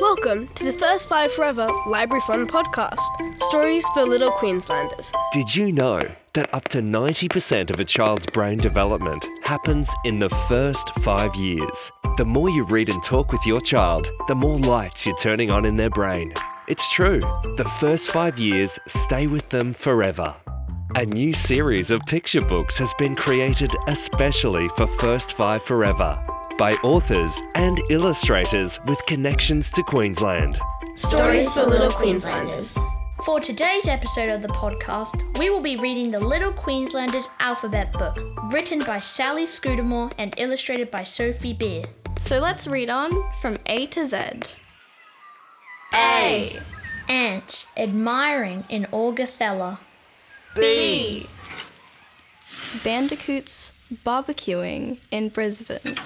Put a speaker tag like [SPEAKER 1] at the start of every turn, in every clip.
[SPEAKER 1] Welcome to the First Five Forever Library Fund podcast, stories for little Queenslanders.
[SPEAKER 2] Did you know that up to 90% of a child's brain development happens in the first five years? The more you read and talk with your child, the more lights you're turning on in their brain. It's true. The first five years stay with them forever. A new series of picture books has been created especially for First Five Forever by authors and illustrators with connections to Queensland.
[SPEAKER 1] Stories for little Queenslanders.
[SPEAKER 3] For today's episode of the podcast, we will be reading the Little Queenslanders Alphabet Book, written by Sally Scudamore and illustrated by Sophie Beer.
[SPEAKER 4] So let's read on from A to Z.
[SPEAKER 3] A. Ants admiring in Augathella.
[SPEAKER 4] B. Bandicoots barbecuing in Brisbane.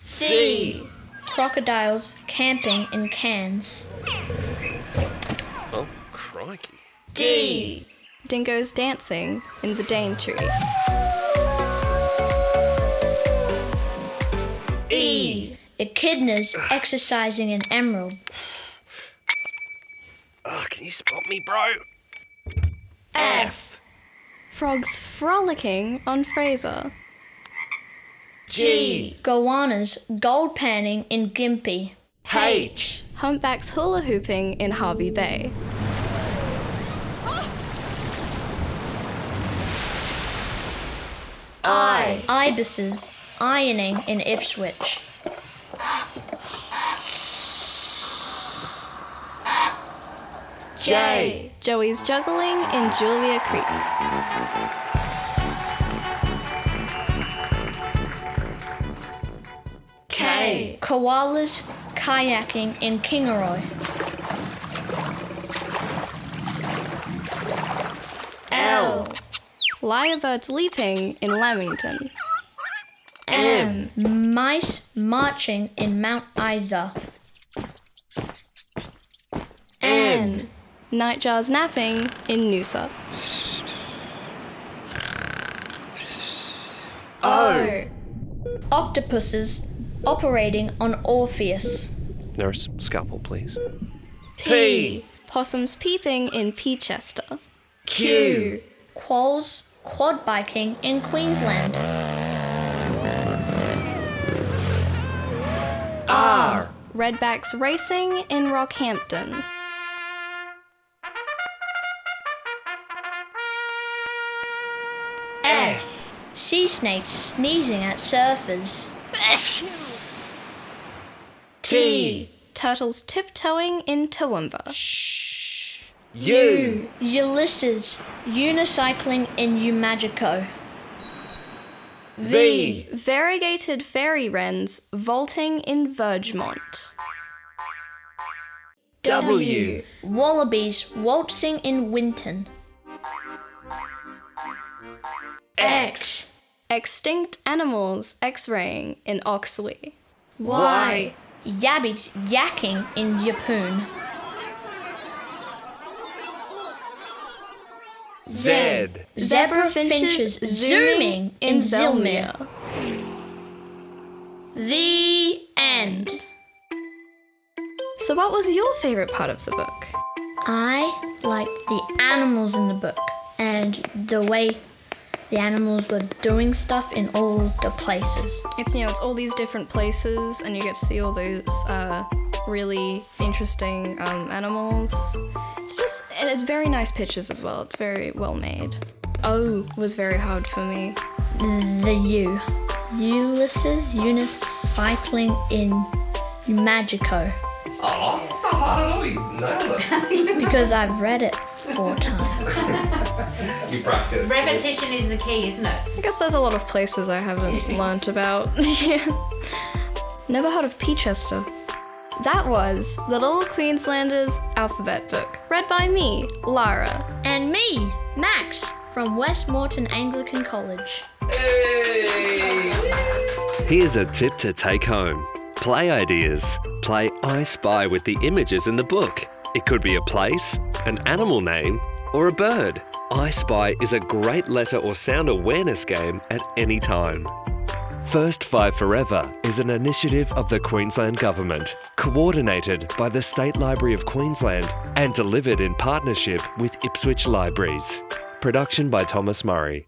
[SPEAKER 3] C. Crocodiles camping in Cairns.
[SPEAKER 2] Oh, crikey.
[SPEAKER 3] D.
[SPEAKER 4] Dingoes dancing in the Daintree.
[SPEAKER 3] E. Echidnas exercising in Emerald.
[SPEAKER 2] Oh, can you spot me, bro?
[SPEAKER 3] F.
[SPEAKER 4] Frogs frolicking on Fraser.
[SPEAKER 3] G. Goannas gold panning in Gympie.
[SPEAKER 2] H.
[SPEAKER 4] Humpbacks hula hooping in Harvey Bay.
[SPEAKER 3] I. Ibises ironing in Ipswich.
[SPEAKER 4] J. Joey's juggling in Julia Creek.
[SPEAKER 3] K. Koalas kayaking in Kingaroy. L.
[SPEAKER 4] Lyrebirds leaping in Lamington.
[SPEAKER 3] M. Mice marching in Mount Isa.
[SPEAKER 4] N. Nightjars napping in Noosa.
[SPEAKER 2] O.
[SPEAKER 3] Octopuses operating on Orpheus.
[SPEAKER 2] Nurse, scalpel, please.
[SPEAKER 3] P.
[SPEAKER 4] Possums peeping in Peachester.
[SPEAKER 2] Q.
[SPEAKER 3] Quolls quad biking in Queensland.
[SPEAKER 4] Redbacks racing in Rockhampton.
[SPEAKER 2] S.
[SPEAKER 3] Sea snakes sneezing at surfers.
[SPEAKER 2] T.
[SPEAKER 4] Turtles tiptoeing in Toowoomba.
[SPEAKER 2] U.
[SPEAKER 3] Ulysses unicycling in Umagico.
[SPEAKER 2] V.
[SPEAKER 4] Variegated fairy wrens vaulting in Vergemont.
[SPEAKER 2] W.
[SPEAKER 3] Wallabies waltzing in Winton.
[SPEAKER 2] X.
[SPEAKER 4] Extinct animals x-raying in Oxley.
[SPEAKER 2] Y.
[SPEAKER 3] Yabbies yakking in Yapoon.
[SPEAKER 2] Z.
[SPEAKER 3] Zebra finches zooming in Zilmere. The end.
[SPEAKER 4] So what was your favorite part of the book?
[SPEAKER 3] I liked the animals in the book and the way the animals were doing stuff in all the places.
[SPEAKER 4] It's you know it's all these different places, and you get to see all those uh, really interesting um, animals. It's just and it's very nice pictures as well. It's very well made. O was very hard for me.
[SPEAKER 3] The U. Ulysses unicycling in Magico.
[SPEAKER 2] Oh, it's not hard at all. You nailed it.
[SPEAKER 3] Because I've read it four times.
[SPEAKER 2] You practiced.
[SPEAKER 5] Repetition is the key, isn't it?
[SPEAKER 4] I guess there's a lot of places I haven't learnt about. yeah. Never heard of Peachester. That was The Little Queenslander's Alphabet Book, read by me, Lara.
[SPEAKER 3] And me, Max, from Westmorton Anglican College.
[SPEAKER 2] Here's a tip to take home play ideas. Play I Spy with the images in the book. It could be a place, an animal name, or a bird. I Spy is a great letter or sound awareness game at any time. First Five Forever is an initiative of the Queensland Government, coordinated by the State Library of Queensland and delivered in partnership with Ipswich Libraries. Production by Thomas Murray.